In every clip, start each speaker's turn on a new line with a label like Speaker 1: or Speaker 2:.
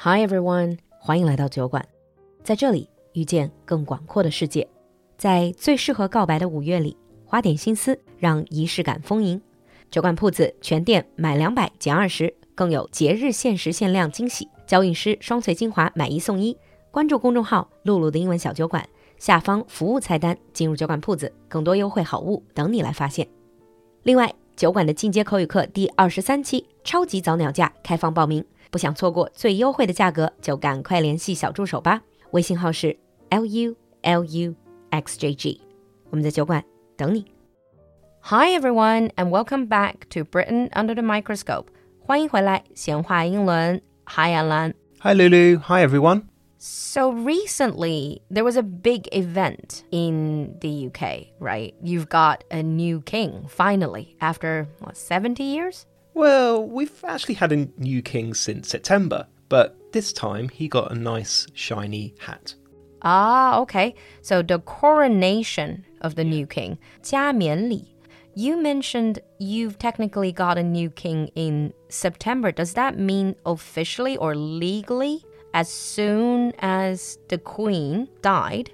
Speaker 1: Hi everyone，欢迎来到酒馆，在这里遇见更广阔的世界。在最适合告白的五月里，花点心思让仪式感丰盈。酒馆铺子全店买两百减二十，更有节日限时限量惊喜，娇韵诗双萃精华买一送一。关注公众号“露露的英文小酒馆”，下方服务菜单进入酒馆铺子，更多优惠好物等你来发现。另外，酒馆的进阶口语课第二十三期超级早鸟价开放报名，不想错过最优惠的价格，就赶快联系小助手吧。微信号是 l u l u x j g，我们在酒馆等你。Hi everyone and welcome back to Britain under the microscope，欢迎回来，闲话英伦。Hi 安兰。
Speaker 2: Hi, Lulu. Hi, everyone.
Speaker 1: So recently, there was a big event in the UK, right? You've got a new king finally after what 70 years?
Speaker 2: Well, we've actually had a new king since September, but this time he got a nice shiny hat.
Speaker 1: Ah, okay. So the coronation of the new king, 加冕礼. You mentioned you've technically got a new king in September. Does that mean officially or legally? As soon as the queen died,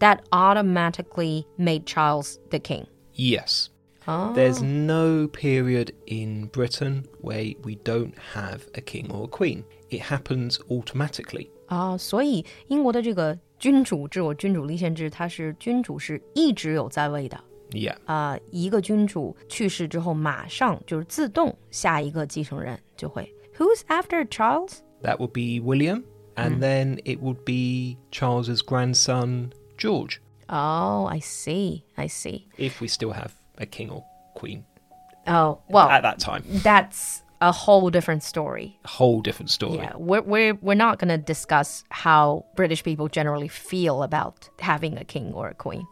Speaker 1: that automatically made Charles the king.
Speaker 2: Yes.
Speaker 1: Oh.
Speaker 2: There's no period in Britain where we don't have a king or a queen. It happens automatically.
Speaker 1: 啊，所以英国的这个君主制，我君主立宪制，它是君主是一直有在位的。
Speaker 2: Yeah.
Speaker 1: 啊、一个君主去世之后，马上就是自动下一个继承人就会。Who's after Charles？
Speaker 2: That would be William, and then it would be Charles's grandson, George,
Speaker 1: Oh, I see, I see.
Speaker 2: if we still have a king or queen
Speaker 1: Oh, well,
Speaker 2: at that time.
Speaker 1: that's a whole different story.
Speaker 2: Whole different story.
Speaker 1: Yeah, we're we're we're not gonna discuss how British people generally feel about having a king or a queen.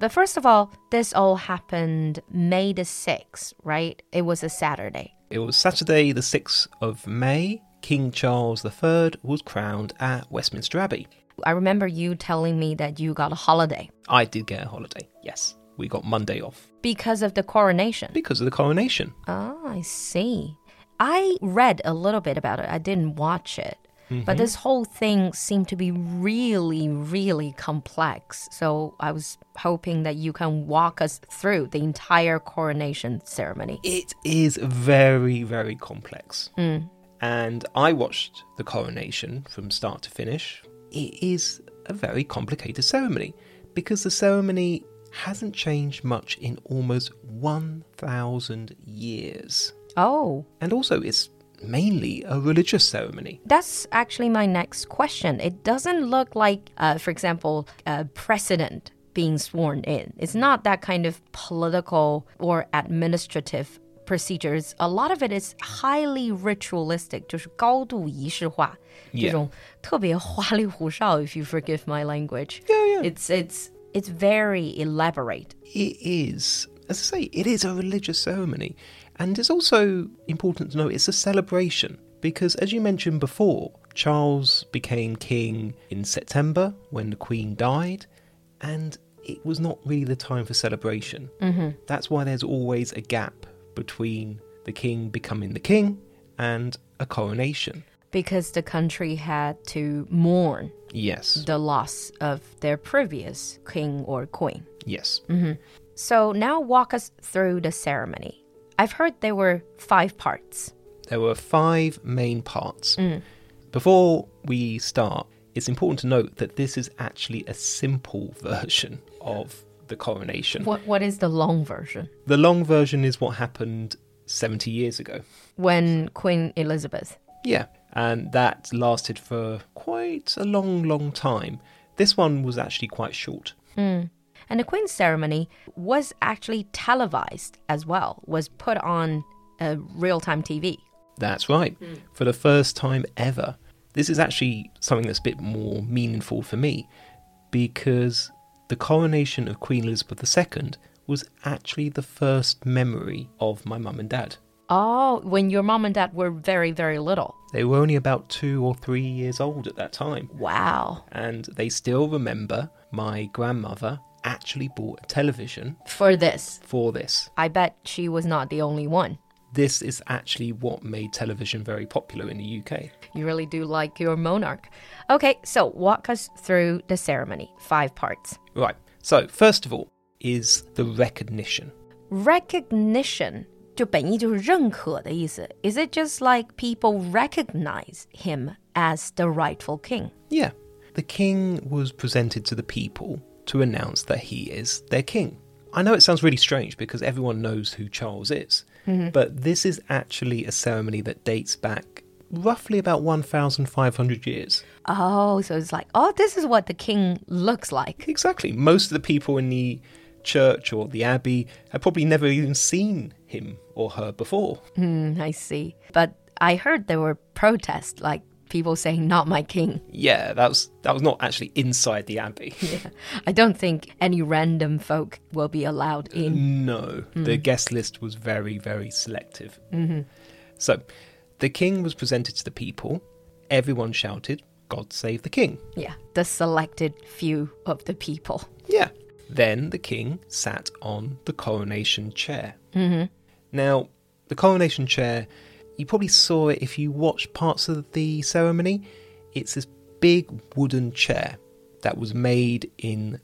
Speaker 1: But first of all, this all happened May the sixth, right? It was a Saturday.
Speaker 2: It was Saturday, the 6th of May. King Charles III was crowned at Westminster Abbey.
Speaker 1: I remember you telling me that you got a holiday
Speaker 2: I did get a holiday, yes. We got Monday off
Speaker 1: because of the coronation.
Speaker 2: because of the coronation.
Speaker 1: Ah, I see. I read a little bit about it. I didn't watch it. But this whole thing seemed to be really, really complex. So I was hoping that you can walk us through the entire coronation ceremony.
Speaker 2: It is very, very complex. And I watched the coronation from start to finish. It is a very complicated ceremony because the ceremony hasn't changed much in almost 1,000 years.
Speaker 1: Oh,
Speaker 2: And also, it's mainly a religious ceremony.
Speaker 1: that's actually my next question. It doesn't look like, uh, for example, a president being sworn in. It's not that kind of political or administrative procedures. A lot of it is highly ritualistic, 就是高度仪式化,
Speaker 2: Yeah.
Speaker 1: 这种特别花里胡哨, if you forgive my language.
Speaker 2: Yeah, yeah.
Speaker 1: It's, it's, it's very elaborate.
Speaker 2: It is, as I say, it is a religious ceremony. And it's also important to know it's a celebration because, as you mentioned before, Charles became king in September when the Queen died, and it was not really the time for celebration. Mm-hmm. That's why there's always a gap between the king becoming the king and a coronation.
Speaker 1: Because the country had to mourn
Speaker 2: Yes,
Speaker 1: the loss of their previous king or queen.
Speaker 2: yes.
Speaker 1: So now walk us through the ceremony. I've heard there were five parts.
Speaker 2: There were five main parts. Before we start, it's important to note that this is actually a simple version of the coronation.
Speaker 1: What what is the long version?
Speaker 2: The long version is what happened 70 years ago.
Speaker 1: When Queen Elizabeth.
Speaker 2: Yeah, and that lasted for quite a long, long time. This one was actually quite short.
Speaker 1: And the Queen's ceremony was actually televised as well, was put on uh, real time TV.
Speaker 2: That's right. For the first time ever. This is actually something that's a bit more meaningful for me because the coronation of Queen Elizabeth II was actually the first memory of my mum and dad.
Speaker 1: Oh, when your mom and dad were very, very little.
Speaker 2: They were only about two or three years old at that time,
Speaker 1: Wow.
Speaker 2: and they still remember my grandmother actually bought a television
Speaker 1: For this.
Speaker 2: for this.
Speaker 1: I bet she was not the only one.
Speaker 2: this is actually what made television very popular in the UK.
Speaker 1: You really do like your monarch. Okay, so walk us through the ceremony, five parts.
Speaker 2: Right. So, first of all, is the recognition.
Speaker 1: Recognition. 就本意就是认可的意思. Is it just like people recognize him as the rightful king?
Speaker 2: Yeah. The king was presented to the people to announce that he is their king. I know it sounds really strange because everyone knows who Charles is, but this is actually a ceremony that dates back roughly about 1,500 years.
Speaker 1: Oh, so it's like, oh, this is what the king looks like.
Speaker 2: Exactly. Most of the people in the church or the abbey had probably never even seen him or her before.
Speaker 1: Mm, I see. But I heard there were protests, like people saying, not my king.
Speaker 2: Yeah, that was that was not actually inside the abbey.
Speaker 1: I don't think any random folk will be allowed in.
Speaker 2: No, the guest list was very, very selective. So, the king was presented to the people. Everyone shouted, God save the king.
Speaker 1: Yeah, the selected few of the people.
Speaker 2: Yeah. Then the king sat on the coronation chair. Mm-hmm. Now, the coronation chair, you probably saw it if you watched parts of the ceremony. It's this big wooden chair that was made in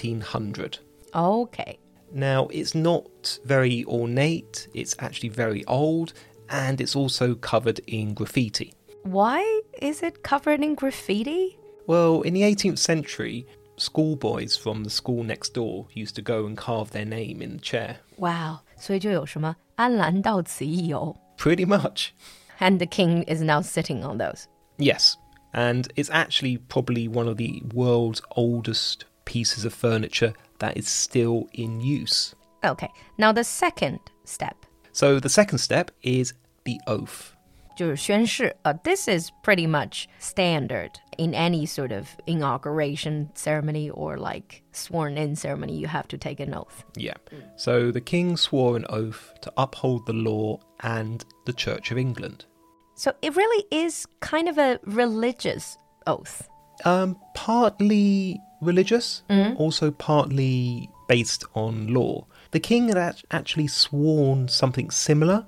Speaker 2: 1300.
Speaker 1: Okay.
Speaker 2: Now, it's not very ornate, it's actually very old, and it's also covered in graffiti.
Speaker 1: Why is it covered in graffiti?
Speaker 2: Well, in the 18th century, schoolboys from the school next door used to go and carve their name in the chair.
Speaker 1: Wow. 所以就有什么安澜到此一游.
Speaker 2: Pretty much.
Speaker 1: And the king is now sitting on those.
Speaker 2: Yes. And it's actually probably one of the world's oldest pieces of furniture that is still in use.
Speaker 1: Okay. Now the second step.
Speaker 2: So the second step is the oath.
Speaker 1: 就是宣誓. Uh, this is pretty much standard in any sort of inauguration ceremony or like sworn in ceremony. You have to take an oath.
Speaker 2: Yeah. So the king swore an oath to uphold the law and the Church of England.
Speaker 1: So it really is kind of a religious oath.
Speaker 2: Um, partly religious,
Speaker 1: Mm-hmm.
Speaker 2: also partly based on law. The king had act- actually sworn something similar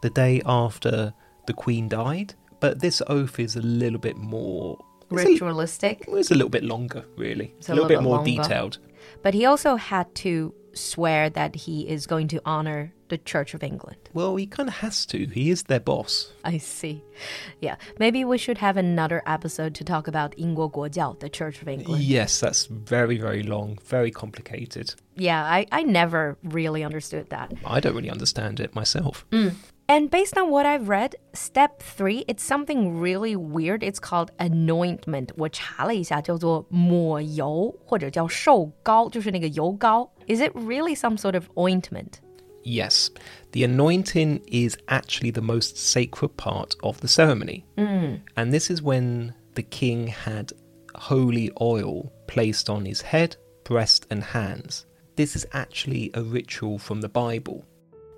Speaker 2: the day after the queen died, but this oath is a little bit more. it's a-
Speaker 1: Ritualistic.
Speaker 2: It's a little bit longer, really.
Speaker 1: It's
Speaker 2: a
Speaker 1: a
Speaker 2: little,
Speaker 1: little
Speaker 2: bit more
Speaker 1: longer.
Speaker 2: detailed.
Speaker 1: But he also had to swear that he is going to honor the Church of England.
Speaker 2: Well, he kind of has to. He is their boss.
Speaker 1: I see. Yeah. Maybe we should have another episode to talk about 英国国教, the Church of England.
Speaker 2: Yes, that's very, very long, very complicated.
Speaker 1: Yeah, I, I never really understood that.
Speaker 2: I don't really understand it myself.
Speaker 1: And based on what I've read, step three, it's something really weird. It's called anointment. 我查了一下，叫做抹油或者叫寿膏，就是那个油膏. Is it really some sort of ointment?
Speaker 2: Yes, the anointing is actually the most sacred part of the ceremony. And this is when the king had holy oil placed on his head, breast, and hands. This is actually a ritual from the Bible.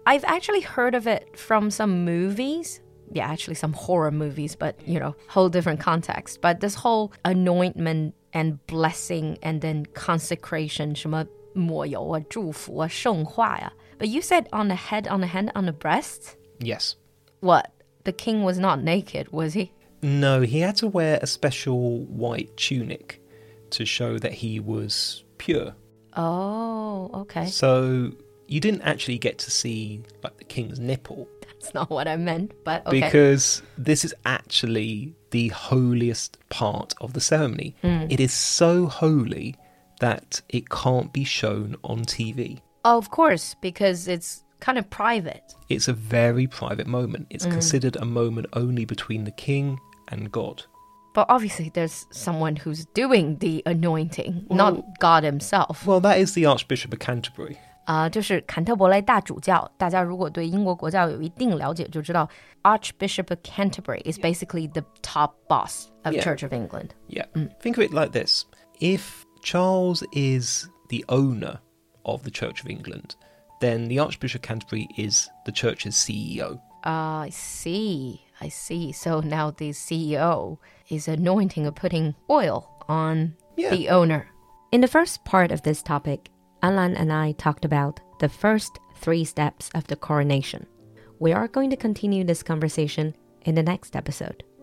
Speaker 1: I've actually heard of it from some movies. Yeah, actually some horror movies, but you know, whole different context. But this whole anointment and blessing and then consecration, 什么抹油啊、祝福啊、圣化呀。But you said on the head, on the hand, on the breast?
Speaker 2: Yes.
Speaker 1: What? The king was not naked, was he?
Speaker 2: No, he had to wear a special white tunic to show that he was pure.
Speaker 1: Oh, okay.
Speaker 2: So you didn't actually get to see like the king's nipple
Speaker 1: That's not what I meant, but okay.
Speaker 2: because this is actually the holiest part of the ceremony.
Speaker 1: Hmm.
Speaker 2: It is so holy that it can't be shown on TV.
Speaker 1: Oh, of course, because it's kind of private.
Speaker 2: It's a very private moment. It's
Speaker 1: Hmm.
Speaker 2: considered a moment only between the king and God.
Speaker 1: But obviously, there's someone who's doing the anointing, not God himself. Uh,
Speaker 2: Well, that is the Archbishop of Canterbury.
Speaker 1: 啊、uh,，就是坎特伯莱大主教。大家如果对英国国教有一定了解，就知道 of Canterbury is basically the top boss of
Speaker 2: Yeah.
Speaker 1: Church of England.
Speaker 2: Yeah. Think of it like this if Charles is the owner of the Church of England, then the Archbishop of Canterbury is the church's E CEO.
Speaker 1: Ah, I see. I see. So now the CEO is anointing or putting oil on
Speaker 2: Yeah.
Speaker 1: the owner. In the first part of this topic, Alan and I talked about the first three steps of the coronation, we are going to continue this conversation in the next episode.